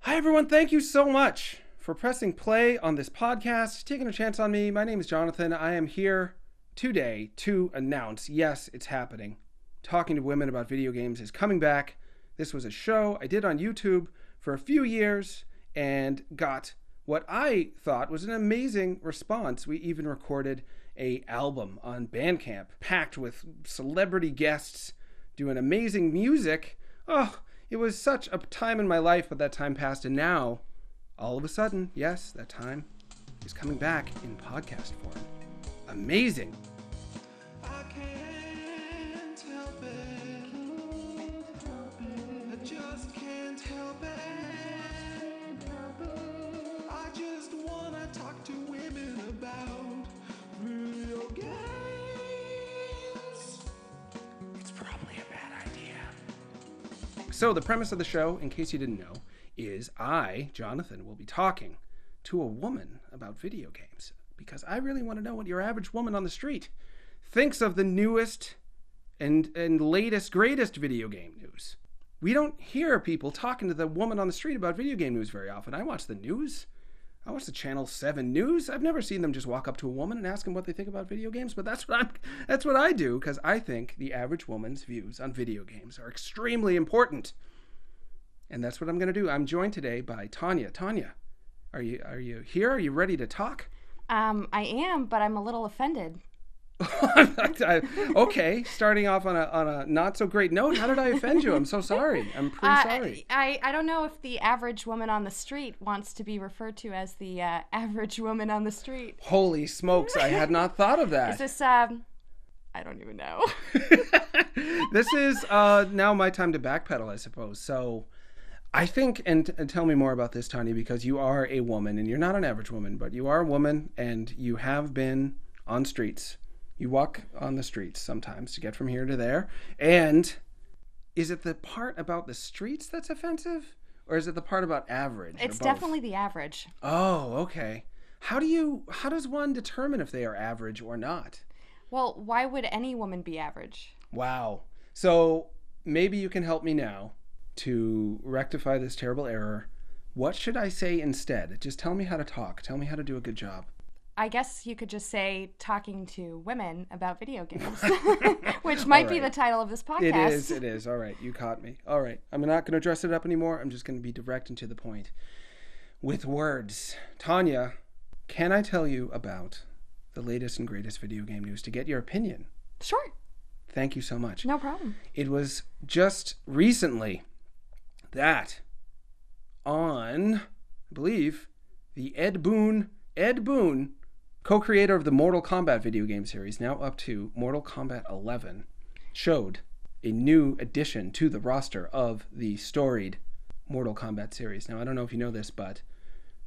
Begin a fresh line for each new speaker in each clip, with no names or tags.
Hi, everyone. Thank you so much for pressing play on this podcast, taking a chance on me. My name is Jonathan. I am here today to announce yes, it's happening. Talking to Women About Video Games is coming back. This was a show I did on YouTube for a few years and got what I thought was an amazing response. We even recorded a album on Bandcamp packed with celebrity guests doing amazing music. Oh, it was such a time in my life, but that time passed, and now, all of a sudden, yes, that time is coming back in podcast form. Amazing.
I can't help it. I just can't help it. I just wanna talk to women about video games. It's probably a bad idea.
So, the premise of the show, in case you didn't know, is I, Jonathan, will be talking to a woman about video games because I really want to know what your average woman on the street thinks of the newest and, and latest, greatest video game news. We don't hear people talking to the woman on the street about video game news very often. I watch the news. I watch the Channel 7 news. I've never seen them just walk up to a woman and ask them what they think about video games, but that's what I'm that's what I do cuz I think the average woman's views on video games are extremely important. And that's what I'm going to do. I'm joined today by Tanya. Tanya, are you are you here? Are you ready to talk?
Um, I am, but I'm a little offended.
I- okay, starting off on a on a not so great note. How did I offend you? I'm so sorry. I'm pretty
Uh,
sorry.
I, I don't know if the average woman on the street wants to be referred to as the uh, average woman on the street.
Holy smokes, I had not thought of that.
Is this, um, I don't even know.
this is uh, now my time to backpedal, I suppose. So I think, and, and tell me more about this, Tanya, because you are a woman and you're not an average woman, but you are a woman and you have been on streets. You walk on the streets sometimes to get from here to there. And is it the part about the streets that's offensive? Or is it the part about average? or
It's
both?
definitely the average.
Oh, okay. How do you how does one determine if they are average or not?
Well, why would any woman be average?
Wow. So maybe you can help me now to rectify this terrible error. What should I say instead? Just tell me how to talk. Tell me how to do a good job.
I guess you could just say talking to women about video games, which might be
right.
the title of this
It
podcast.
is. It is. All right. You caught me. All right. I'm not going to dress it up anymore. I'm just going to be direct and to the point with words. Tanya, can I tell you about the latest and greatest video game news to get your opinion?
Sure,
Thank you so much.
no problem.
It was just recently that on, I believe, the Ed Boon, Ed Boon, co creator of the Mortal Kombat video game series, now up to Mortal Kombat 11, showed a new addition to the roster of the storied Mortal Kombat series. Now, I don't know if you know this, but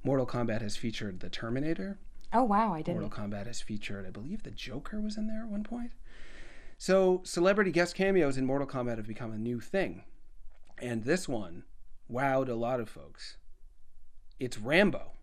Mortal Kombat has featured the Terminator,
Oh, wow, I didn't.
Mortal Kombat has featured, I believe the Joker was in there at one point. So celebrity guest cameos in Mortal Kombat have become a new thing. And this one wowed a lot of folks. It's Rambo.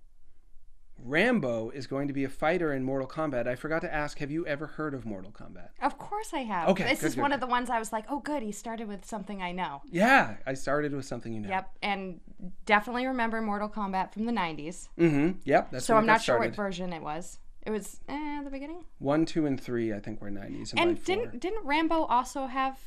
Rambo is going to be a fighter in Mortal Kombat. I forgot to ask, have you ever heard of Mortal Kombat?
Of course I have.
Okay,
This
good,
is
good,
one
good.
of the ones I was like, oh, good, he started with something I know.
Yeah, I started with something you know.
Yep, and definitely remember Mortal Kombat from the 90s.
hmm Yep. That's
so
when
I'm
it got
not sure
started.
what version it was. It was eh, the beginning.
One, two, and three. I think were nineties. And,
And
by four.
didn't didn't Rambo also have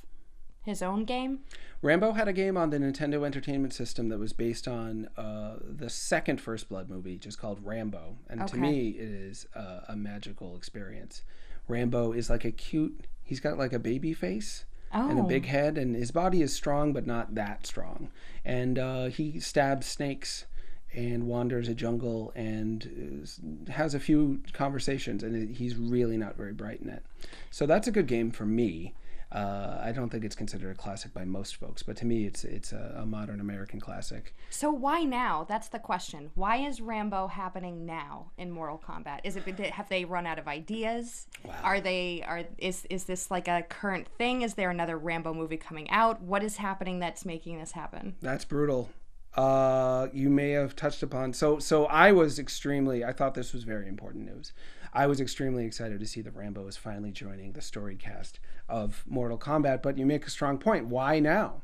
his own game?
Rambo had a game on the Nintendo Entertainment System that was based on uh, the second First Blood movie, just called Rambo. And to
Okay.
me, it is uh, a magical experience. Rambo is like a cute, he's got like a baby face
Oh,
and a big head, and his body is strong, but not that strong. And uh, he stabs snakes and wanders a jungle and is, has a few conversations, and he's really not very bright in it. So that's a good game for me. Uh, I don't think it's considered a classic by most folks, but to me, it's it's a, a modern American classic.
So why now? That's the question. Why is Rambo happening now in Mortal Kombat? Is it be- have they run out of ideas? Are they are is is this like a current thing? Is there another Rambo movie coming out? What is happening that's making this happen?
That's brutal. Uh, you may have touched upon so so I was extremely I thought this was very important news. I was extremely excited to see that Rambo is finally joining the storied cast of Mortal Kombat, but you make a strong point. Why now?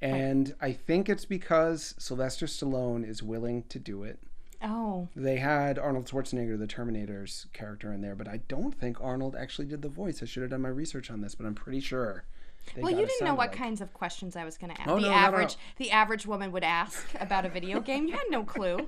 And I think it's because Sylvester Stallone is willing to do it.
Oh,
They had Arnold Schwarzenegger, the Terminator's character, in there, but I don't think Arnold actually did the voice. I should have done my research on this, but I'm pretty sure. they
well,
got
you
it
didn't know
sounded
what
like.
kinds of questions I was going to ask.
Oh,
the
no, not at
average,
all.
the average woman would ask about a video game. You had no clue.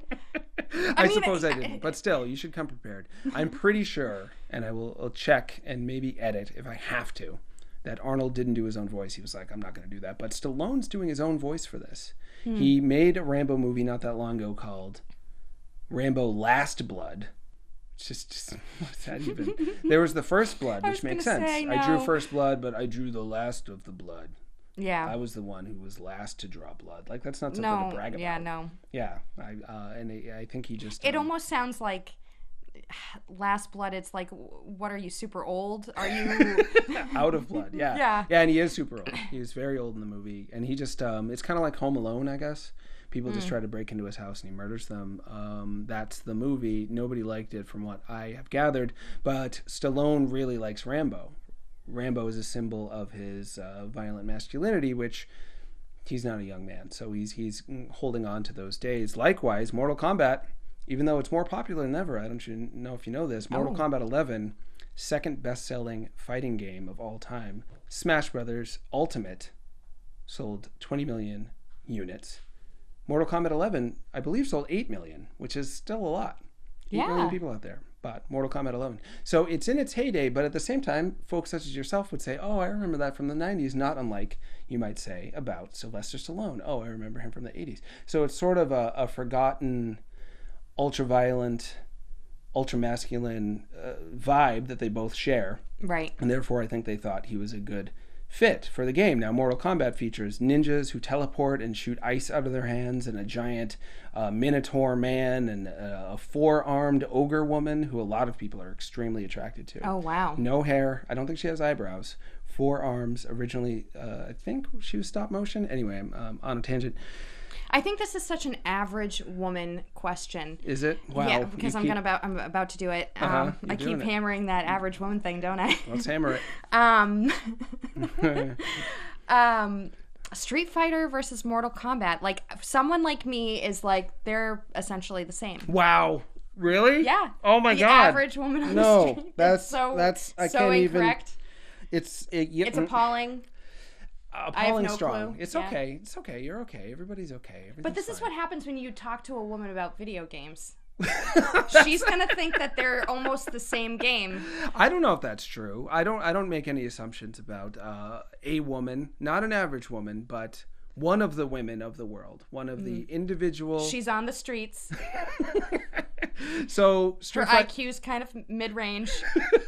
I,
mean,
suppose I
I-
didn't, but still, you should come prepared. I'm pretty sure, and I will I'll check and maybe edit if I have to, that Arnold didn't do his own voice. He was like, I'm not going to do that. But Stallone's doing his own voice for this.
Hmm.
He made a Rambo movie not that long ago called Rambo Last Blood. It's Just, just what's that even? there was the first blood,
was
which makes
gonna
sense.
say,
I drew
no.
first blood, but I drew the last of the blood. I
Yeah.
was the one who was last to draw blood. Like that's not something to
no.
brag about.
Yeah. No.
Yeah, I uh, and I, I think he just
It
um,
almost sounds like Last Blood. It's like, what are you super old? Are you?
out of blood. Yeah.
Yeah.
Yeah, and he is super old. He was very old in the movie, and he just um, it's kind of like Home Alone, I guess. People just try to break into his house and he murders them. Um, that's the movie. Nobody liked it, from what I have gathered. But Stallone really likes Rambo. Rambo is a symbol of his uh, violent masculinity, which he's not a young man, so he's he's holding on to those days. Likewise, Mortal Kombat, even though it's more popular than ever, I don't you know if you know this, Mortal Kombat 11, second best-selling fighting game of all time. Smash Brothers Ultimate sold 20 million units. Mortal Kombat 11, I believe, sold 8 million, which is still a lot. 8 million
Yeah.
people out there. But Mortal Kombat 11. So it's in its heyday, but at the same time, folks such as yourself would say, Oh, I remember that from the 90s, not unlike you might say about Sylvester Stallone. Oh, I remember him from the 80s. So it's sort of a, a forgotten, ultra violent, ultra masculine uh, vibe that they both share.
right.
And therefore, I think they thought he was a good fit for the game. Now, Mortal Kombat features ninjas who teleport and shoot ice out of their hands, and a giant uh, minotaur man, and uh, a four armed ogre woman who a lot of people are extremely attracted to.
Oh wow.
No hair. I don't think she has eyebrows. Four arms. Originally, uh, I think she was stop motion. Anyway, I'm um, on a tangent.
I think this is such an average woman question.
Is it? Wow.
yeah,
you
because I'm
keep- Uh-huh,
gonna about I'm about to do it. Um,
you're
I
doing
keep
it.
hammering that average woman thing, don't I?
Let's hammer it.
Um, um, Street Fighter versus Mortal Kombat. Like someone like me is like they're essentially the same.
Wow. Really?
Yeah.
Oh my
the
god.
average woman on
No,
the street. It's
that's-
so
that's- I
so
can't even- Mm-hmm.
incorrect.
It's it, yeah,
It's appalling. have
appalling
no
strong.
clue.
It's
Yeah.
okay. It's okay. You're okay. Everybody's okay.
But this is what happens when you talk to a woman about video games. She's gonna think that they're almost the same game.
I don't know if that's true. I don't. I don't make any assumptions about uh, a woman, not an average woman, but one of the women of the world, one
Mm-hmm.
of the individual.
She's on the streets.
so Street
Her
Fighter.
IQ's kind of mid range.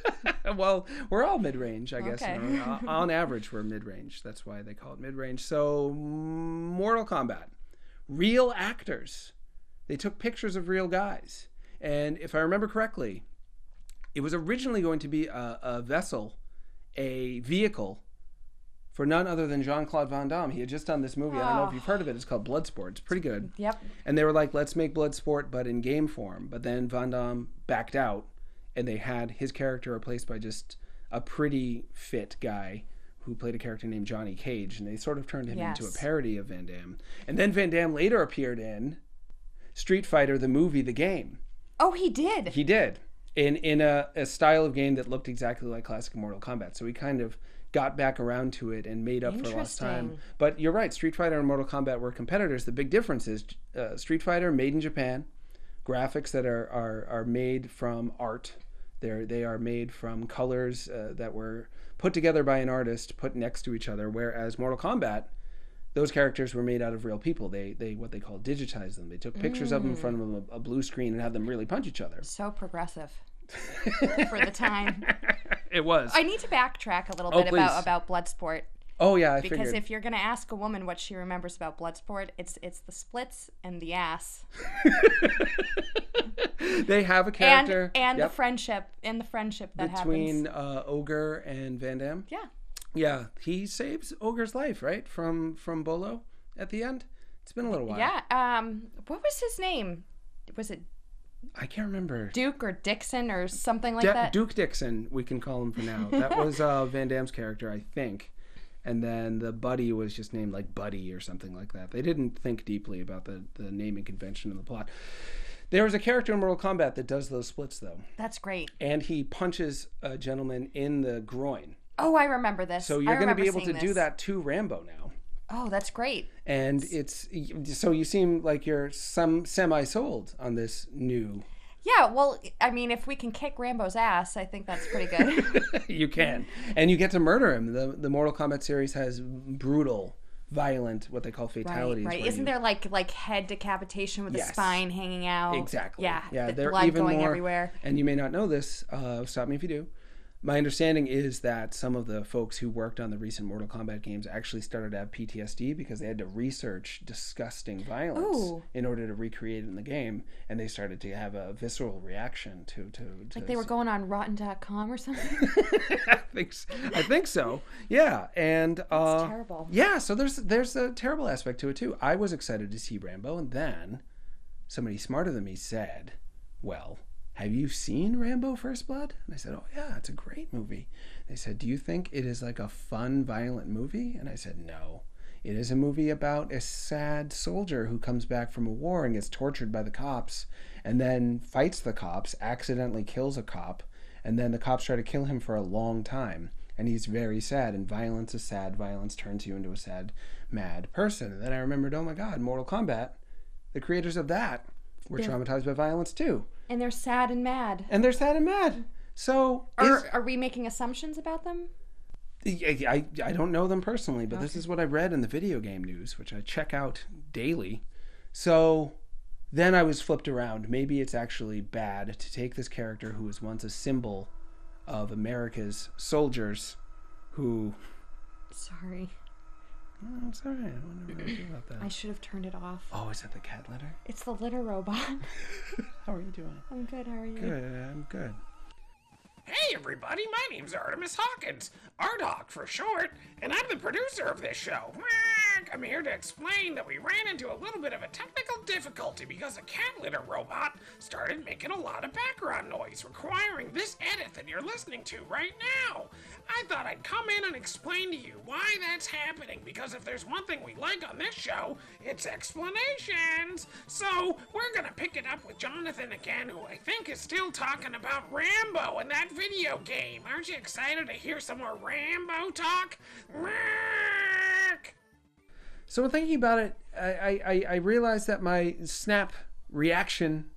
well, we're all mid-range, I guess.
Okay.
in our- on average, we're mid-range. That's why they call it mid-range. So, Mortal Kombat, real actors. They took pictures of real guys, and if I remember correctly, it was originally going to be a, a vessel, a vehicle. For none other than Jean Claude Van Damme. He had just done this movie. I don't know if
Oh.
you've heard of it. It's called Bloodsport. It's pretty good.
Yep.
And they were like, let's make Bloodsport, but in game form. But then Van Damme backed out, and they had his character replaced by just a pretty fit guy who played a character named Johnny Cage. And they sort of turned him into
Yes.
a parody of Van Damme. And then Van Damme later appeared in Street Fighter, the movie, the game.
Oh, he did.
He did. In, in a, a style of game that looked exactly like classic Mortal Kombat. So he kind of got back around to it and made up for lost time.
Interesting.
But you're right, Street Fighter and Mortal Kombat were competitors. The big difference is uh, Street Fighter, made in Japan, graphics that are, are, are made from art. They're, they are made from colors uh, that were put together by an artist, put next to each other. Whereas Mortal Kombat, those characters were made out of real people. They, they what they call digitized them. They took pictures of them in front of a, a blue screen and had them really punch each other.
So progressive for the time.
It was.
I need to backtrack a little
Oh,
bit
please.
about about Bloodsport
oh yeah, I
because
figured.
if you're gonna ask a woman what she remembers about Bloodsport, it's it's the splits and the ass
they have a
and
character
and
yep,
the friendship and the friendship that happens.
between uh, Ogre and Van Damme.
Yeah,
Yeah, he saves Ogre's life, right? From from Bolo at the end. It's been a little while.
yeah. Um, what was his name? Was it
I can't remember.
Duke or Dixon or something like
Du-
that?
Duke Dixon, we can call him for now. That was uh, Van Damme's character, I think. and then the buddy was just named like Buddy or something like that. They didn't think deeply about the the naming convention of the plot. There is a character in Mortal Kombat that does those splits though,
That's great.
and he punches a gentleman in the groin.
Oh, I remember this.
So
I
you're going to
remember
be able to
seeing
do
this.
that to Rambo now.
Oh, that's great.
And it's so you seem like you're some semi sold on this new.
Yeah, well, I mean, if we can kick Rambo's ass, I think that's pretty good.
you can, and you get to murder him. the The Mortal Kombat series has brutal, violent, what they call fatalities.
right?
where
Isn't
you-
there like like head decapitation with
Yes.
the spine hanging out?
Exactly.
Yeah.
Yeah.
the
They're
blood
even
going
more,
everywhere.
And you may not know this. Uh, stop me if you do. My understanding is that some of the folks who worked on the recent Mortal Kombat games actually started to have PTSD because they had to research disgusting violence
Ooh.
in order to recreate it in the game, and they started to have a visceral reaction to to. to
Like they were going on Rotten.com or something.
I think s- I think so. Yeah, and uh,
terrible.
Yeah, so there's there's a terrible aspect to it too. I was excited to see Rambo, and then somebody smarter than me said, "Well, have you seen Rambo: First Blood?" And I said, "Oh yeah, it's a great movie." They said, "Do you think it is like a fun, violent movie?" And I said, "No." It is a movie about a sad soldier who comes back from a war and gets tortured by the cops and then fights the cops, accidentally kills a cop, and then the cops try to kill him for a long time and he's very sad and violence is sad violence turns you into a sad mad person and then i remembered oh my god mortal kombat the creators of that were traumatized by violence too
and they're sad and mad.
and they're sad and mad so is-
Are, are we making assumptions about them?
I, I, I don't know them personally but this is what i read in the video game news which i check out daily so then i was flipped around maybe it's actually bad to take this character who was once a symbol of america's soldiers who
Sorry,
Oh, it's all right. I wonder what I do about
I
that.
should have turned it off.
Oh, is that the cat litter?
It's the litter robot.
How are you doing?
I'm good. How are you?
Good. I'm good.
Hey, everybody, my name's Artemis Hawkins, Art Hawk for short, and I'm the producer of this show. Whack! I'm here to explain that we ran into a little bit of a technical difficulty because a cat litter robot started making a lot of background noise, requiring this edit that you're listening to right now. I thought I'd come in and explain to you why that's happening because if there's one thing we like on this show, it's explanations. So we're gonna pick it up with Jonathan again, who I think is still talking about Rambo and that video game. Aren't you excited to hear some more Rambo talk? Mark!
So, when thinking about it, I, I, I- I realized that my snap reaction,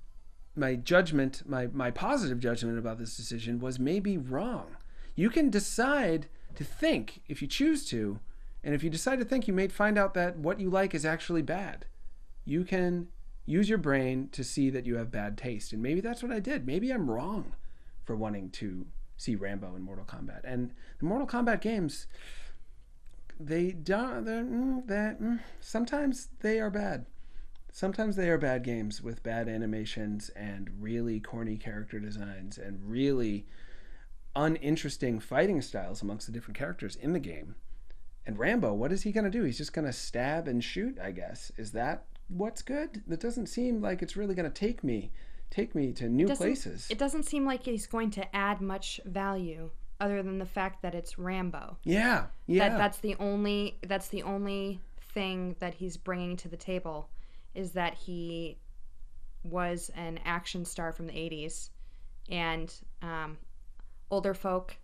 my judgment, my, my positive judgment about this decision was maybe wrong. You can decide to think if you choose to, and if you decide to think, you may find out that what you like is actually bad. You can use your brain to see that you have bad taste, and maybe that's what I did. Maybe I'm wrong for wanting to see Rambo in Mortal Kombat. And the Mortal Kombat games, they don't they're, mm, that mm, sometimes they are bad sometimes they are bad games with bad animations and really corny character designs and really uninteresting fighting styles amongst the different characters in the game and rambo what is he going to do he's just going to stab and shoot i guess is that what's good that doesn't seem like it's really going to take me take me to new
doesn't-
places
It doesn't seem like he's going to add much value other than the fact that it's Rambo.
yeah yeah
That that's the only that's the only thing that he's bringing to the table is that he was an action star from the 80s and um, older folk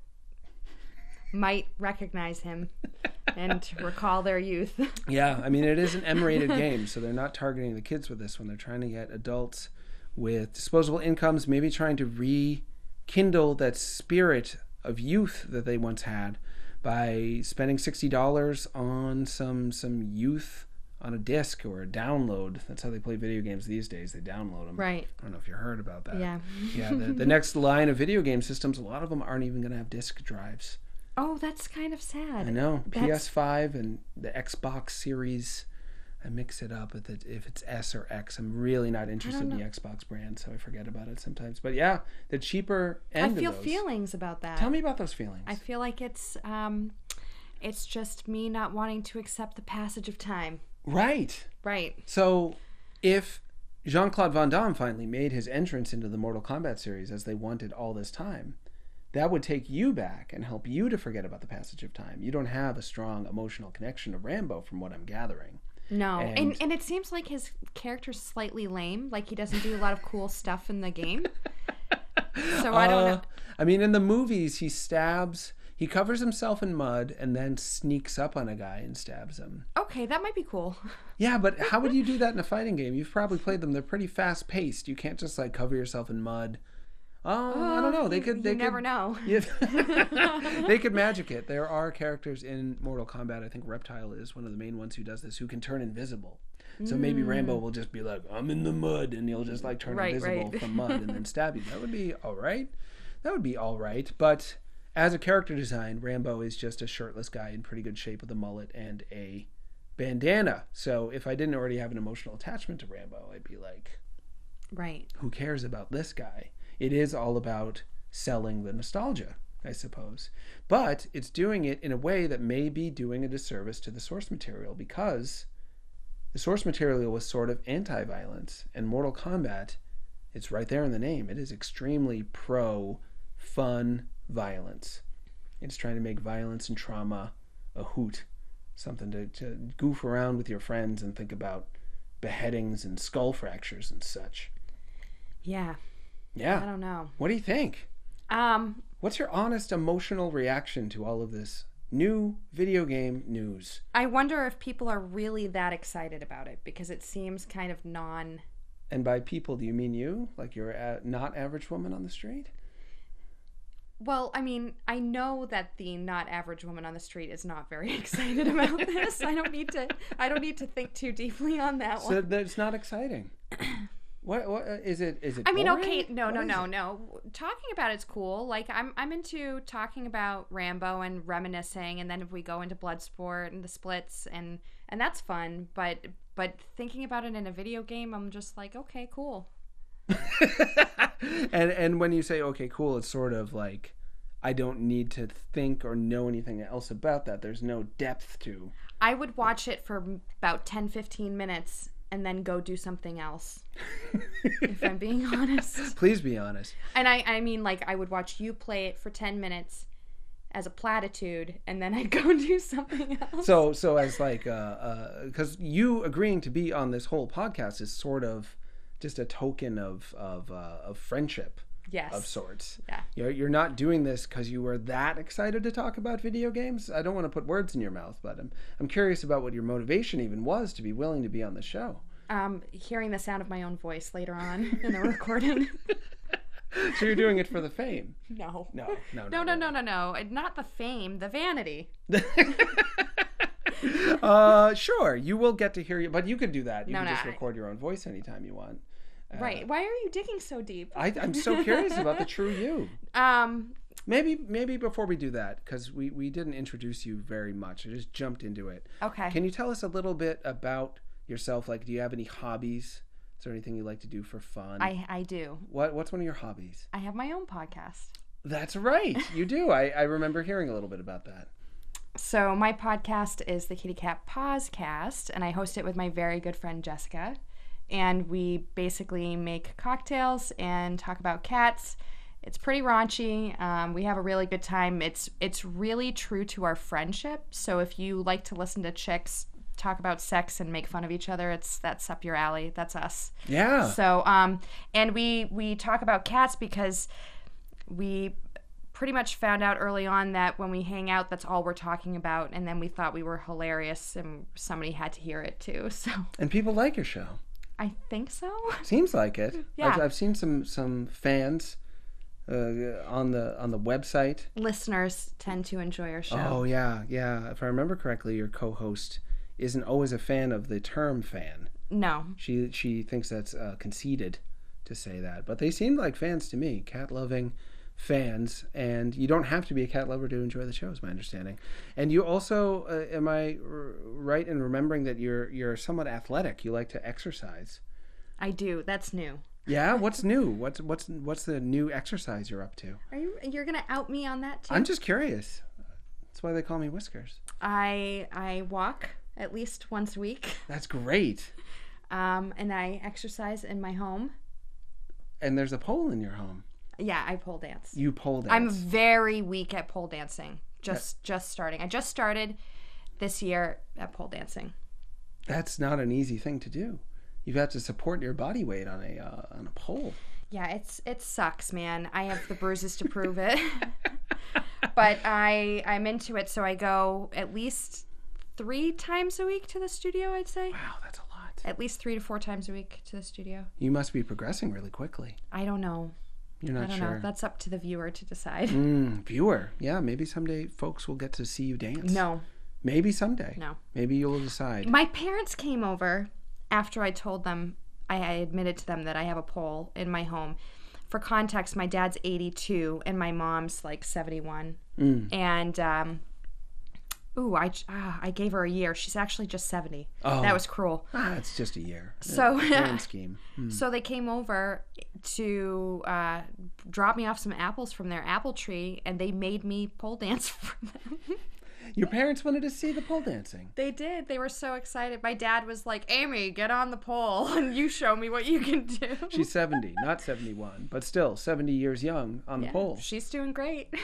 might recognize him and recall their youth.
Yeah, I mean it is an M-rated game, so they're not targeting the kids with this one. They're trying to get adults with disposable incomes, maybe trying to rekindle that spirit of youth that they once had by spending sixty dollars on some some youth on a disc or a download. That's how they play video games these days. They download them.
Right.
I don't know if you heard about that.
Yeah.
yeah. The, the next line of video game systems, a lot of them aren't even going to have disc drives.
Oh, that's kind of sad.
I know
That's-
PS5 and the Xbox Series. I mix it up with it, if it's S or X. I'm really not interested in the Xbox brand, so I forget about it sometimes. But yeah, the cheaper
I
end
feel
of those.
feelings about that.
Tell me about those feelings.
I feel like it's um, it's just me not wanting to accept the passage of time.
Right.
Right.
So, if Jean Claude Van Damme finally made his entrance into the Mortal Kombat series as they wanted all this time, that would take you back and help you to forget about the passage of time. You don't have a strong emotional connection to Rambo, from what I'm gathering.
No, and, and
And-
it seems like his character's slightly lame. Like he doesn't do a lot of cool stuff in the game. So Oh, I don't know.
Uh, I mean, in the movies, he stabs, he covers himself in mud, and then sneaks up on a guy and stabs him.
Okay, that might be cool.
Yeah, but how would you do that in a fighting game? You've probably played them; they're pretty fast paced. You can't just like cover yourself in mud. Oh, I don't know. They could. They
you never
could,
know.
Yeah. they could magic it. There are characters in Mortal Kombat. I think Reptile is one of the main ones who does this, who can turn invisible. So maybe Rambo will just be like, "I'm in the mud," and he'll just like turn
Hmm. Right,
invisible
right.
from mud and then stab you. That would be all right. That would be all right. But as a character design, Rambo is just a shirtless guy in pretty good shape with a mullet and a bandana. So if I didn't already have an emotional attachment to Rambo, I'd be like,
Right.
who cares about this guy? It is all about selling the nostalgia, I suppose. But it's doing it in a way that may be doing a disservice to the source material because the source material was sort of anti violence, and Mortal Kombat, it's right there in the name. It is extremely pro fun violence. It's trying to make violence and trauma a hoot, something to, to goof around with your friends and think about beheadings and skull fractures and such.
Yeah. I
Yeah.
don't know.
What do you think?
Um.
What's your honest emotional reaction to all of this new video game news?
I wonder if people are really that excited about it because it seems kind of non.
And by people, do you mean you? Like you're a not average woman on the street?
Well, I mean, I know that the not average woman on the street is not very excited about this. I don't need to. I don't need to think too deeply on that one.
So that's not exciting. what, what uh, is it? Is it?
I mean,
boring?
okay, no,
What
no,
is
no,
it?
no. Talking about it's cool. Like I'm, I'm into talking about Rambo and reminiscing, and then if we go into Bloodsport and the splits, and and that's fun. But but thinking about it in a video game, I'm just like, okay, cool.
and and when you say okay, cool, it's sort of like I don't need to think or know anything else about that. There's no depth to.
I would watch it for about 10, 15 minutes, and then go do something else. if I'm being honest,
Please be honest.
and I, I mean, like I would watch you play it for ten minutes as a platitude, and then I'd go do something else.
so so as like because you agreeing to be on this whole podcast is sort of just a token of of uh, of friendship
yes.
of sorts
Yeah.
you're, you're not doing this because you were that excited to talk about video games i don't want to put words in your mouth but I'm, I'm curious about what your motivation even was to be willing to be on the show
um, hearing the sound of my own voice later on in a recording.
so you're doing it for the fame
no.
no no
No, no, no, no, no. And Not the fame, the vanity.
uh sure you will get to hear you but you could do that you
No,
can
no,
just
I-
record your own voice anytime you want
right. Why are you digging so deep?
Uh, I, i'm so curious about the true you
Um,
Maybe maybe before we do that, because we, we didn't introduce you very much. I just jumped into it.
okay.
Can you tell us a little bit about yourself? Like, do you have any hobbies? Is there anything you like to do for fun?
I, I do.
What What's one of your hobbies?
I have my own podcast.
That's right, you do. I, I remember hearing a little bit about that.
So my podcast is the Kitty Cat Podcast, and I host it with my very good friend Jessica. And we basically make cocktails and talk about cats. It's pretty raunchy. Um, we have a really good time. It's it's really true to our friendship. So if you like to listen to chicks talk about sex and make fun of each other, it's that's up your alley. That's us.
Yeah.
So, um, and we we talk about cats because we pretty much found out early on that when we hang out, that's all we're talking about, and then we thought we were hilarious, and somebody had to hear it too. So,
And people like your show.
I think so.
Seems like it.
Yeah.
I've, I've seen some some fans uh, on the on the website.
Listeners tend to enjoy our show.
Oh yeah, yeah. If I remember correctly, your co-host isn't always a fan of the term fan.
No,
She she thinks that's uh, conceited to say that, but they seem like fans to me, cat loving fans. And you don't have to be a cat lover to enjoy the show, is my understanding. And you also, uh, am I r- right in remembering that you're you're somewhat athletic? You like to exercise.
I do. That's new.
Yeah, what's new? What's what's what's the new exercise you're up to?
Are you? You're gonna out me on that too?
I'm just curious. That's why they call me Whiskers.
I I walk at least once a week,
That's great.
um, and I exercise in my home.
And there's a pole in your home.
Yeah, I pole dance.
You pole dance.
I'm very weak at pole dancing. Just just starting. I just started this year at pole dancing.
That's not an easy thing to do. You've got to support your body weight on a uh, on a pole.
Yeah, it's it sucks, man. I have the bruises to prove it. but I I'm into it, so I go at least three times a week to the studio, I'd say.
Wow, that's a lot.
At least three to four times a week to the studio.
You must be progressing really quickly.
I don't know.
You're not
I don't
sure.
know. That's up to the viewer to decide.
Mm, viewer, yeah, maybe someday folks will get to see you dance.
No.
Maybe someday.
No.
Maybe you'll decide.
My parents came over after I told them, I, I admitted to them that I have a pole in my home. For context, my dad's 82 and my mom's like 71. And, um, ooh, I, j- ah, I gave her a year. She's actually just 70.
Oh.
That was cruel.
Ah, it's just a year.
So,
Grand scheme.
so they came over to uh, drop me off some apples from their apple tree and they made me pole dance for them.
Your parents wanted to see the pole dancing.
They did. They were so excited. My dad was like, "Amy, get on the pole and you show me what you can do."
She's 70, not 71, but still 70 years young on the pole.
She's doing great.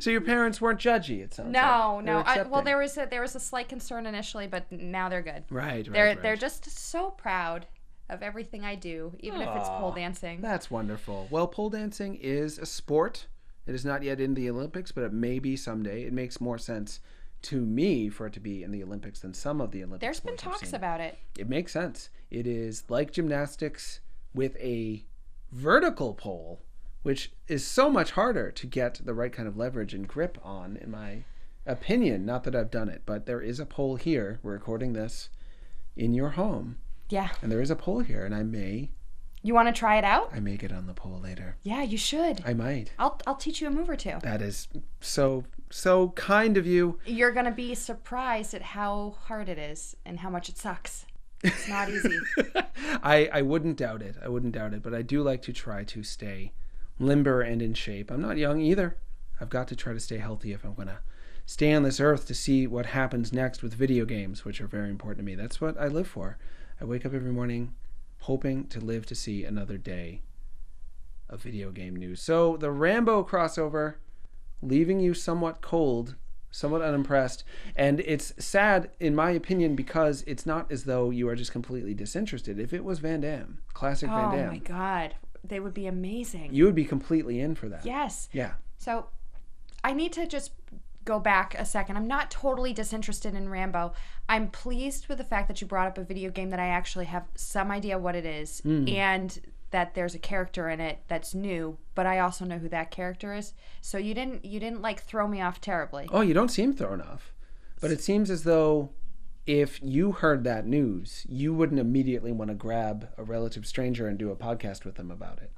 so your parents weren't judgy, it sounds
No,
like. They
no.
were
I, well,
accepting.
there was a there was a slight concern initially, but now they're good.
Right, right.
They're
right.
they're just so proud of everything I do, even if it's pole dancing.
That's wonderful. Well, pole dancing is a sport. It is not yet in the Olympics, but it may be someday. It makes more sense to me for it to be in the Olympics than some of the Olympic
There's been
sports I've
talks
seen.
about it.
It makes sense. It is like gymnastics with a vertical pole, which is so much harder to get the right kind of leverage and grip on, in my opinion. Not that I've done it, but there is a pole here. We're recording this in your home,
Yeah.
and there is a pole here, and I may
You want to try it out?
I may get on the pole later.
Yeah, you should.
I might.
I'll I'll teach you a move or two.
That is so so kind of you.
You're gonna be surprised at how hard it is and how much it sucks. It's not easy.
I I wouldn't doubt it. I wouldn't doubt it, but I do like to try to stay limber and in shape. I'm not young either. I've got to try to stay healthy if I'm going to stay on this earth to see what happens next with video games, which are very important to me. That's what I live for. I wake up every morning hoping to live to see another day of video game news. So, the Rambo crossover leaving you somewhat cold, somewhat unimpressed. And it's sad, in my opinion, because it's not as though you are just completely disinterested. If it was Van Damme, classic
oh
Van
my
Damme,
god, they would be amazing.
you would be completely in for that.
Yes.
Yeah.
So I need to just go back a second. I'm not totally disinterested in Rambo. I'm pleased with the fact that you brought up a video game that I actually have some idea what it is
Hmm.
and that there's a character in it that's new, but I also know who that character is. So you didn't you didn't like throw me off terribly.
Oh, you don't seem thrown off. But it seems as though if you heard that news, you wouldn't immediately want to grab a relative stranger and do a podcast with them about it.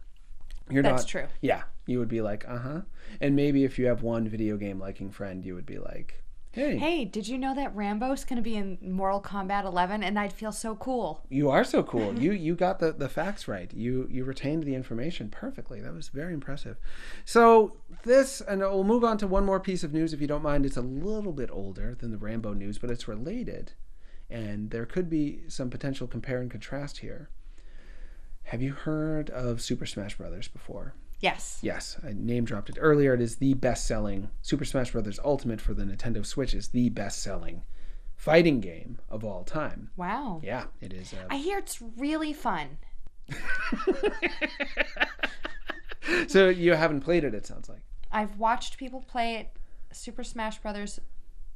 You're
That's
not,
true.
Yeah. You would be like, uh huh. And maybe if you have one video game liking friend, you would be like, hey,
Hey, did you know that Rambo's going to be in Mortal Kombat 11 and I'd feel so cool?
you are so cool. you you got the, the facts right. You you retained the information perfectly. That was very impressive. So this and we'll move on to one more piece of news if you don't mind. It's a little bit older than the Rambo news, but it's related. And there could be some potential compare and contrast here. Have you heard of Super Smash Brothers before?
Yes.
Yes, I name dropped it earlier. It is the best selling Super Smash Brothers Ultimate for the Nintendo Switch is the best selling fighting game of all time.
Wow.
Yeah, it is. Uh,
I hear it's really fun.
so you haven't played it it sounds like
I've watched people play it, Super Smash Brothers,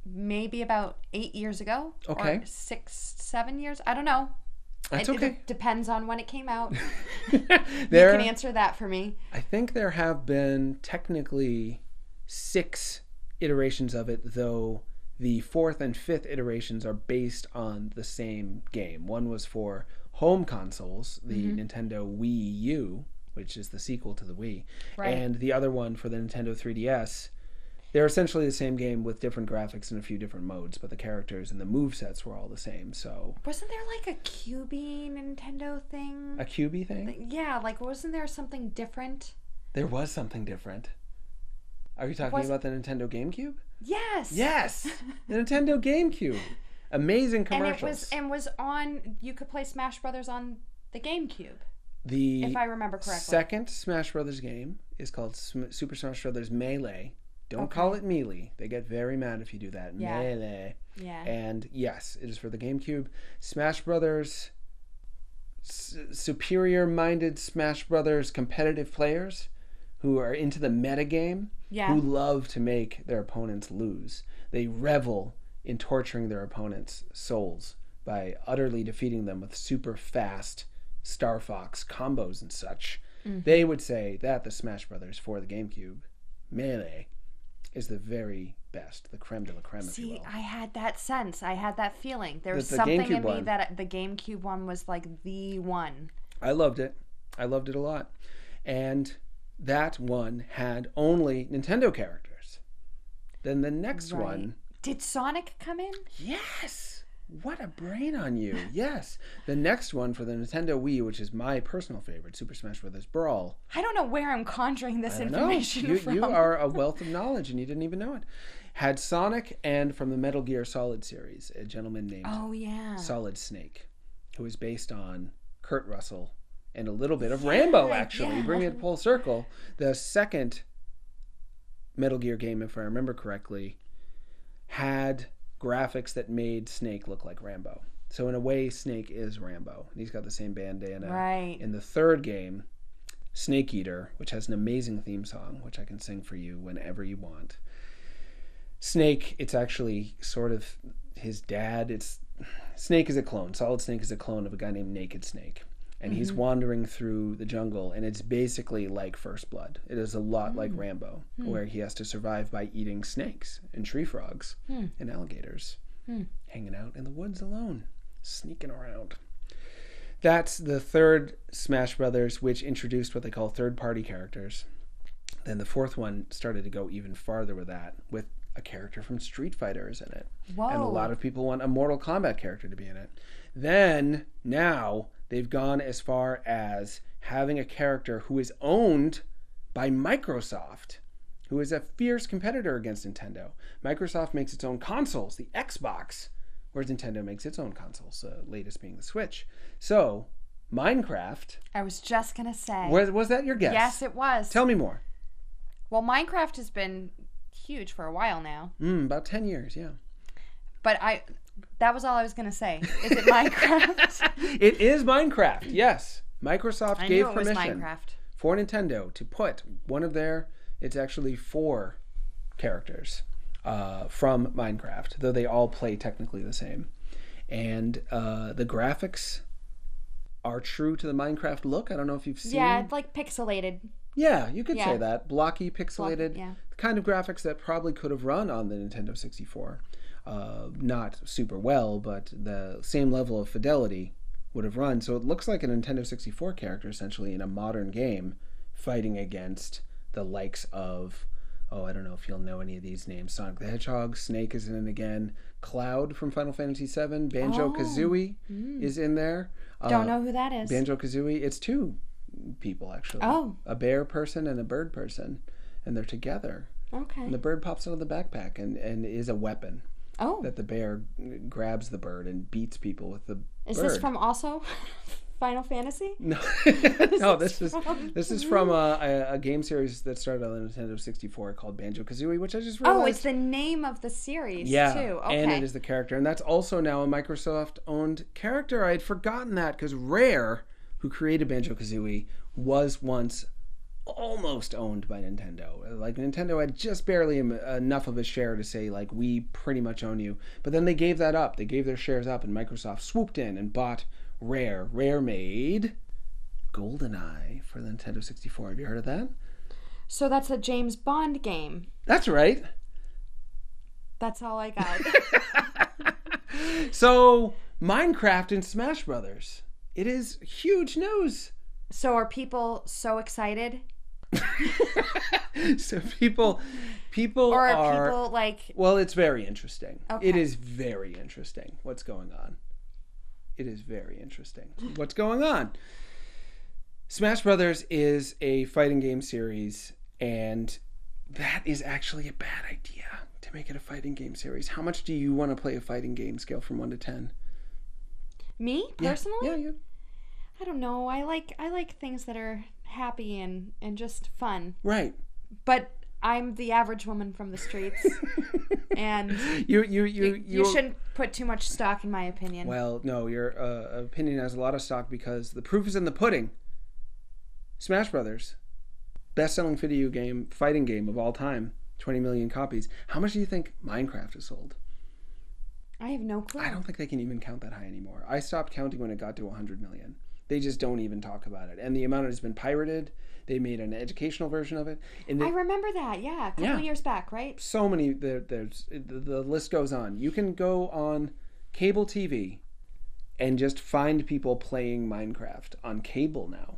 maybe about eight years ago.
Okay.
Or six, seven years. I don't know.
that's
it,
okay
it depends on when it came out.
there
You can answer that for me.
i think there have been technically six iterations of it though the fourth and fifth iterations are based on the same game one was for home consoles the
Mm-hmm.
nintendo wii u which is the sequel to the wii
Right.
and the other one for the nintendo 3ds they're essentially the same game with different graphics and a few different modes but the characters and the move sets were all the same so
Wasn't there like a QB Nintendo thing?
a qb thing
yeah, like wasn't there something different?
There was something different. Are you talking
Was-
about the Nintendo GameCube?
Yes.
Yes, the Nintendo GameCube. Amazing
And
commercials.
it was and was on. You could play Smash Brothers on the GameCube.
The
if I remember correctly.
second Smash Brothers game is called Sm- Super Smash Brothers Melee. Don't call it Melee. They get very mad if you do that.
Yeah.
Melee.
yeah.
And yes, it is for the GameCube. Smash Brothers, s- superior minded Smash Brothers competitive players who are into the meta game,
Yeah.
who love to make their opponents lose. They revel in torturing their opponents' souls by utterly defeating them with super fast Star Fox combos and such.
Mm-hmm.
They would say that the Smash Brothers for the GameCube, Melee, is the very best, the creme de la creme, if you
See,
will.
I had that sense. I had that feeling. There was
That's the
something
GameCube
in me
one.
that the GameCube one was like the one.
I loved it. I loved it a lot. And that one had only Nintendo characters. Then the next
Right.
one.
Did Sonic come in?
Yes! What a brain on you. Yes. The next one for the Nintendo Wii, which is my personal favorite, Super Smash Bros. Brawl.
I don't know where I'm conjuring this
I don't know.
information
You,
from.
you are a wealth of knowledge and you didn't even know it. Had Sonic and from the Metal Gear Solid series, a gentleman named
Oh yeah.
Solid Snake, who is based on Kurt Russell and a little bit of Rambo, actually.
yeah.
Bring it full circle. The second Metal Gear game, if I remember correctly, had graphics that made Snake look like Rambo. So, in a way, Snake is Rambo. And he's got the same bandana.
Right.
In the third game, Snake Eater, which has an amazing theme song, which I can sing for you whenever you want. Snake, it's actually sort of his dad. It's Snake is a clone. Solid Snake is a clone of a guy named Naked Snake. And he's wandering through the jungle, and it's basically like First Blood. It is a lot like Rambo, where he has to survive by eating snakes and tree frogs and alligators, hanging out in the woods alone, sneaking around. That's the third Smash Brothers, which introduced what they call third party characters. Then the fourth one started to go even farther with that, with a character from Street Fighter is in it. And a
Whoa.
lot of people want a Mortal Kombat character to be in it. Then, now, they've gone as far as having a character who is owned by Microsoft, who is a fierce competitor against Nintendo. Microsoft makes its own consoles, the Xbox, whereas Nintendo makes its own consoles, uh, latest being the Switch. So, Minecraft,
I was just gonna say.
was, was that your guess?
yes, it was.
Tell me more.
well, Minecraft has been huge for a while now,
Mm, about 10 years, yeah.
but I. That was all I was gonna say. Is it Minecraft?
It is Minecraft, yes. Microsoft
I
gave
knew it was
permission.
Minecraft.
for Nintendo to put one of their, it's actually four characters uh, from Minecraft, though they all play technically the same. And uh, the graphics are true to the Minecraft look. I don't know if you've seen.
Yeah, it's like pixelated.
Yeah, you could say
Yeah.
that. Blocky, pixelated,
yeah.
the kind of graphics that probably could have run on the Nintendo 64. Uh, not super well, but the same level of fidelity would have run. So it looks like a Nintendo 64 character essentially in a modern game fighting against the likes of, oh, I don't know if you'll know any of these names Sonic the Hedgehog, Snake is in it again, Cloud from Final Fantasy VII, Banjo Kazooie is in there.
Oh. Hmm. Don't know who that is.
Banjo Kazooie. It's two people actually.
Oh.
a bear person and a bird person, and they're together.
okay.
And the bird pops out of the backpack and, and is a weapon
oh,
that the bear grabs the bird and beats people with the
is
bird.
this from also Final Fantasy?
No, no, this is this is from a, a, a game series that started on the Nintendo 64 called Banjo Kazooie, which I just realized.
Oh, it's the name of the series
yeah,
too. Okay.
and it is the character, and that's also now a Microsoft-owned character. I had forgotten that because Rare, who created Banjo Kazooie, was once almost owned by Nintendo. Like Nintendo had just barely em- enough of a share to say like we pretty much own you. But then they gave that up. They gave their shares up and Microsoft swooped in and bought Rare. Rare made GoldenEye for the Nintendo 64. Have you heard of that?
so that's a James Bond game.
That's right.
That's all I got.
So, Minecraft and Smash Brothers. It is huge news.
so are people so excited,
So people people
or are,
are
people like
Well, it's very interesting. It
Okay.
is very interesting what's going on. It is very interesting what's going on. Smash Brothers is a fighting game series, and that is actually a bad idea to make it a fighting game series. How much do you want to play a fighting game scale from 1 to 10?
me personally?
Yeah, yeah.
I I don't know. I like I like things that are happy and and just fun.
Right.
But I'm the average woman from the streets, and
You you you
you, shouldn't put too much stock in my opinion.
Well, no, your uh, opinion has a lot of stock because the proof is in the pudding. Smash Brothers, best-selling video game, fighting game of all time, 20 million copies. How much do you think Minecraft has sold?
I have no clue.
I don't think they can even count that high anymore. I stopped counting when it got to 100 million. They just don't even talk about it. And the amount has been pirated. They made an educational version of it. And
I
the,
remember that. Yeah, a couple
Yeah.
years back, right?
so many there, there's the, the list goes on. You can go on cable TV and just find people playing Minecraft on cable now.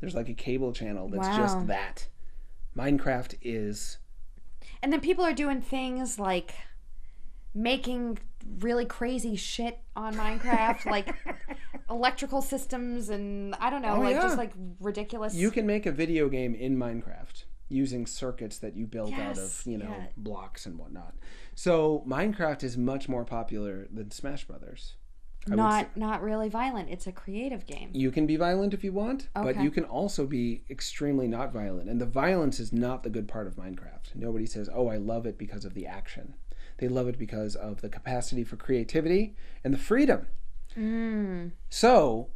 There's like a cable channel that's
Wow.
just that. Minecraft is
And then people are doing things like making really crazy shit on Minecraft, like electrical systems, and I don't know,
Oh,
like
yeah.
just like ridiculous.
You can make a video game in Minecraft using circuits that you build out of,
Yes,
you know,
yeah.
blocks and whatnot. So Minecraft is much more popular than Smash Brothers. I would
not not really violent. It's a creative game.
You can be violent if you want, but
Okay.
you can also be extremely not violent. And the violence is not the good part of Minecraft. Nobody says, "Oh, I love it because of the action." They love it because of the capacity for creativity and the freedom.
Hmm.
So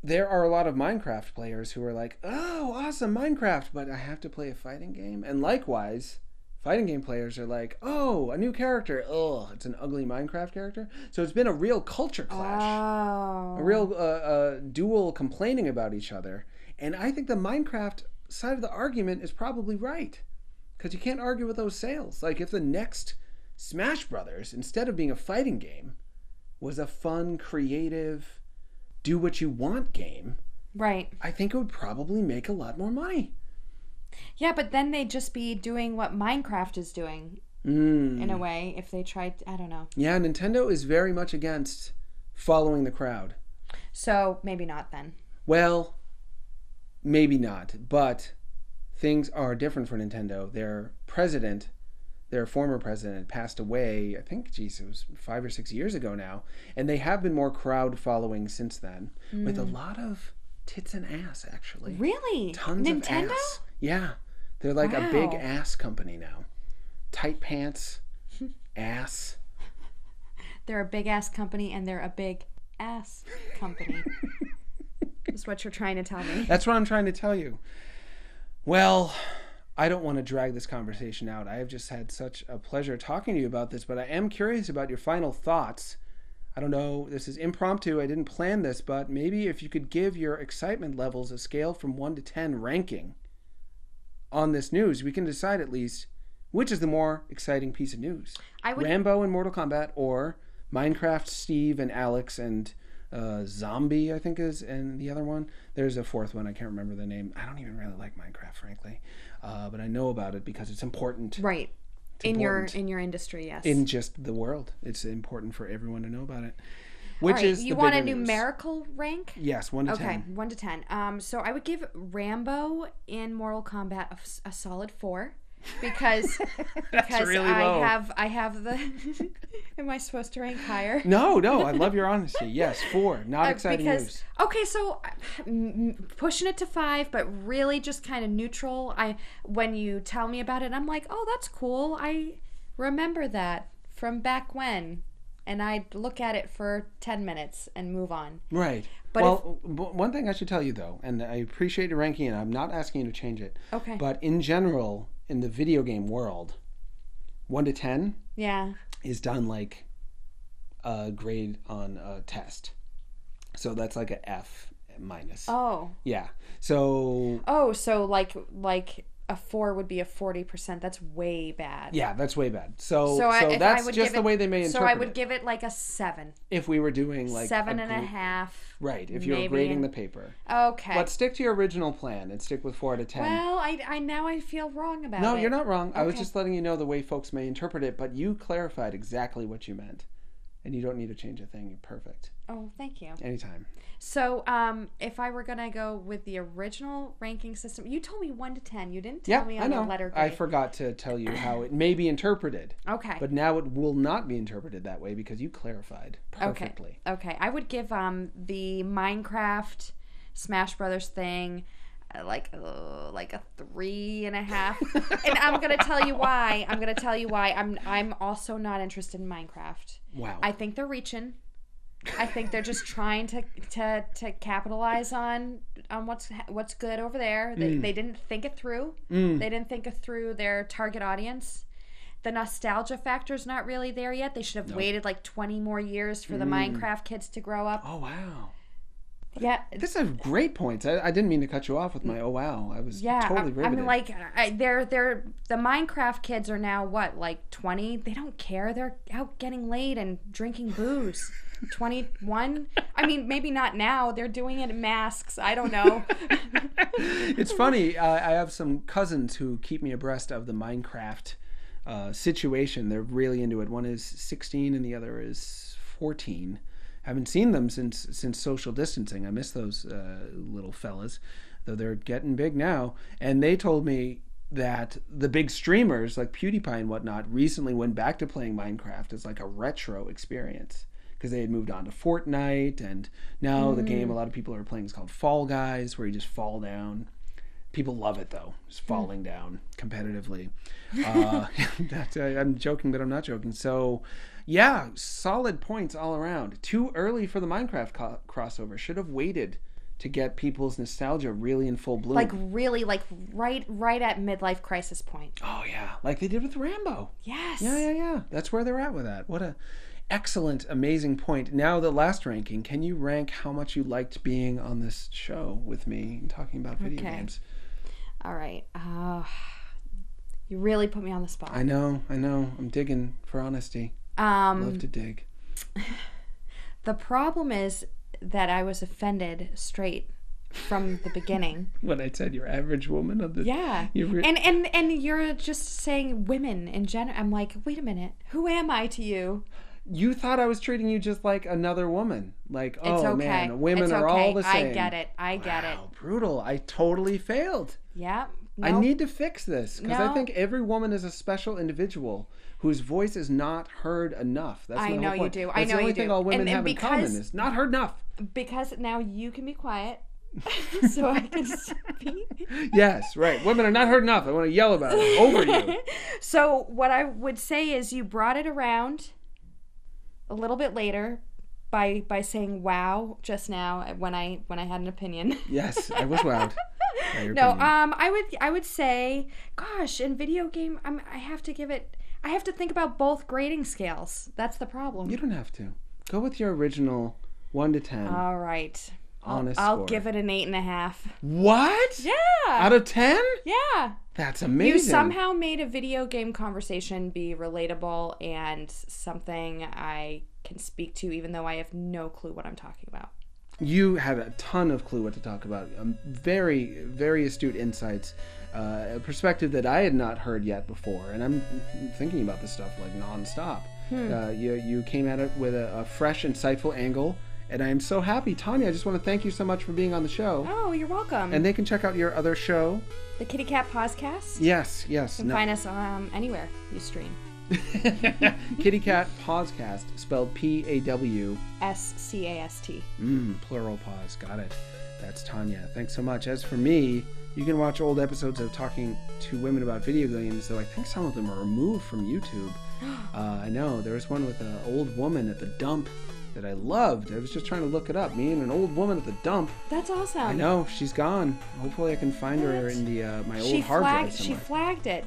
there are a lot of Minecraft players who are like, "Oh, awesome Minecraft, but I have to play a fighting game." And likewise, fighting game players are like, "Oh, a new character. Oh, it's an ugly Minecraft character." So it's been a real culture clash
Oh,
a real uh, uh, duel complaining about each other. And I think the Minecraft side of the argument is probably right because you can't argue with those sales. Like if the next Smash Brothers, instead of being a fighting game, was a fun, creative, do what you want game,
right.
I think it would probably make a lot more money.
Yeah, but then they'd just be doing what Minecraft is doing
Mm.
in a way if they tried. I don't know.
Yeah, Nintendo is very much against following the crowd.
So maybe not then.
Well, maybe not, but things are different for Nintendo. Their president, their former president, passed away, I think, geez, it was five or six years ago now, and they have been more crowd following since then, with a
Hmm.
lot of tits and ass, actually.
Really?
Tons
Nintendo?
of ass. Yeah. They're like a big
Wow.
ass company now. Tight pants, ass.
They're a big ass company and they're a big ass company. is what you're trying to tell me.
That's what I'm trying to tell you. Well, I don't want to drag this conversation out. I have just had such a pleasure talking to you about this, but I am curious about your final thoughts. I don't know, this is impromptu. I didn't plan this, but maybe if you could give your excitement levels a scale from 1 to 10 ranking on this news, we can decide at least which is the more exciting piece of news
I would
Rambo and Mortal Kombat or Minecraft, Steve and Alex and uh, Zombie, I think is, and the other one. There's a fourth one. I can't remember the name. I don't even really like Minecraft, frankly, uh, but I know about it because it's important
right in your
important.
in your industry. Yes.
in just the world. It's important for everyone to know about it. Which
All right.
is
you
the
want a
bigger news.
numerical rank?
Yes, one to
Okay,
ten.
one to ten. Um, so I would give Rambo in Mortal Kombat a s- a, solid four because because
really
I
low.
have I have the. am I supposed to rank higher?
No, no, I love your honesty. Yes, four. Not
Uh,
exciting
because
news.
okay so uh, m- m- pushing it to five but really just kind of neutral i when you tell me about it i'm like oh that's cool i remember that from back when and i'd look at it for 10 minutes and move on
Right.
But
well, w- one thing I should tell you though, and I appreciate your ranking, and I'm not asking you to change it.
okay
But in general, in the video game world, one to ten
yeah
is done like a grade on a test. So that's like a F minus.
oh
Yeah. So
oh so like like a four would be a 40% that's way bad
yeah, that's way bad. So
So
so,
I- if I
that's
would
just
give
the
it-
way they may
so
interpret
i would
it.
give it like a seven
if we were doing like
seven and a half.
group- Right, if you're
maybe
grading
an-
the paper.
okay
But stick to your original plan and stick with four out of ten.
well I, I now i feel wrong about
Um, no,
it
you're not wrong. I was
Okay.
just letting you know the way folks may interpret it, but you clarified exactly what you meant. And you don't need to change a thing. You're perfect.
Oh, thank you.
Anytime.
So, um, if I were gonna go with the original ranking system, you told me one to ten. You didn't tell
Yeah,
me on
I know.
the letter grade.
I forgot to tell you how it may be interpreted,
okay.
but now it will not be interpreted that way because you clarified perfectly.
Okay. I would give um the Minecraft Smash Brothers thing uh, like uh, like a three and a half, and I'm gonna tell you why. I'm gonna tell you why. I'm I'm also not interested in Minecraft.
Wow.
I think they're reaching. I think they're just trying to to to capitalize on on what's what's good over there. They, they didn't think it through. They didn't think it through their target audience. The nostalgia factor's not really there yet. They should have waited like 20 more years for the Minecraft kids to grow up.
oh wow.
yeah.
This is great points. I, I didn't mean to cut you off with my oh wow. I was
Yeah,
totally
I, I
riveted.
mean, like, I, they're they're the Minecraft kids are now what, like twenty? They don't care. They're out getting laid and drinking booze. Twenty one? I mean, maybe not now. They're doing it in masks. I don't know.
it's funny. Uh, I have some cousins who keep me abreast of the Minecraft uh, situation. They're really into it. One is 16 and the other is 14. Haven't seen them since since social distancing. I miss those uh, little fellas, though they're getting big now. And they told me that the big streamers like PewDiePie and whatnot recently went back to playing Minecraft as like a retro experience because they had moved on to Fortnite and now the game a lot of people are playing is called Fall Guys where you just fall down. People love it though,
Hmm.
just falling down competitively. Uh, that, I, I'm joking, but I'm not joking. So, yeah, solid points all around. Too early for the Minecraft co- crossover. Should have waited to get people's nostalgia really in full bloom.
like really, like right right at midlife crisis point.
oh yeah, like they did with Rambo.
Yes.
Yeah, yeah, yeah. That's where they're at with that. What a excellent, amazing point. Now the last ranking. Can you rank how much you liked being on this show with me and talking about video
Okay.
games?
All right. Oh, you really put me on the spot.
I know, I know. I'm digging for honesty.
Um,
Love to dig.
the problem is that I was offended straight from the beginning.
When I said your average woman of the
Yeah.
You re-
and and and you're just saying women in general. I'm like, wait a minute, who am I to you?
you thought I was treating you just like another woman. Like,
It's
oh
okay.
man, women
It's
are
okay.
all the same.
I get it. I get it.
Wow, brutal. I totally failed.
Yeah.
I
no.
need to fix this because I
No.
think every woman is a special individual whose voice is not heard enough. That's my
I
whole
know you
point.
do.
That's
I
the
know
only
you
thing
do.
all women
And- and
have in common
because-
is not heard enough.
because now you can be quiet, so I can speak.
yes, right. Women are not heard enough. I want to yell about it over you.
So what I would say is you brought it around a little bit later by by saying wow just now when I when I had an opinion.
Yes, I was wowed. by your
No,
opinion.
um, I would I would say, gosh, in video game, I'm, I have to give it. I have to think about both grading scales. That's the problem.
you don't have to. Go with your original one to ten
All right,
honest
Uh, I'll
score.
give it an eight and a half.
what?
Yeah,
Out of ten?
yeah.
That's amazing.
You somehow made a video game conversation be relatable and something I can speak to, even though I have no clue what I'm talking about.
you had a ton of clue what to talk about. Um, very, very astute insights, uh, a perspective that I had not heard yet before, and I'm thinking about this stuff like nonstop.
Hmm.
Uh, you, you came at it with a, a fresh, insightful angle, and I am so happy, Tanya. I just want to thank you so much for being on the show.
Oh, you're welcome.
And they can check out your other show.
the Kitty Cat Podcast.
Yes, yes. No.
Find us um, anywhere you stream.
Kitty Cat Podcast, spelled P A W.
S C A S T.
Mm, plural pause. Got it. That's Tanya. Thanks so much. As for me, you can watch old episodes of talking to women about video games, though I think some of them are removed from YouTube. Uh, I know there was one with an old woman at the dump that I loved. I was just trying to look it up. Me and an old woman at the dump.
That's awesome.
I know she's gone. Hopefully, I can find her in the uh, my
She
old hard drive
flagged. She
somewhere.
flagged it.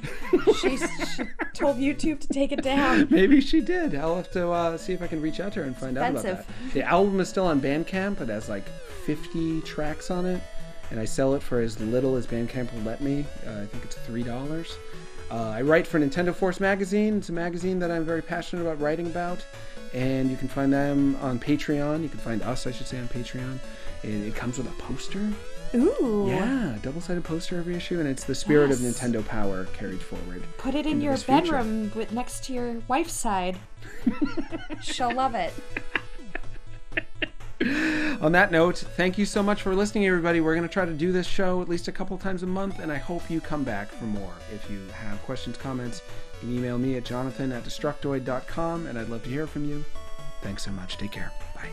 she, she told YouTube to take it down.
Maybe she did. I'll have to uh, see if I can reach out to her and find out about
Expensive.
that. The album is still on Bandcamp. It has like 50 tracks on it, and I sell it for as little as Bandcamp will let me. Uh, I think it's three dollars. Uh, I write for Nintendo Force magazine. It's a magazine that I'm very passionate about writing about, and you can find them on Patreon. You can find us, I should say, on Patreon. It, it comes with a poster.
Ooh.
Yeah, double-sided poster every issue, and it's the spirit
Yes.
of Nintendo power carried forward.
Put it in
Into
your
this future.
bedroom with next to your wife's side. She'll love it.
On that note, thank you so much for listening, everybody. We're going to try to do this show at least a couple times a month, and I hope you come back for more. If you have questions, comments, you can email me at jonathan at destructoid.com, and I'd love to hear from you. Thanks so much. Take care. Bye.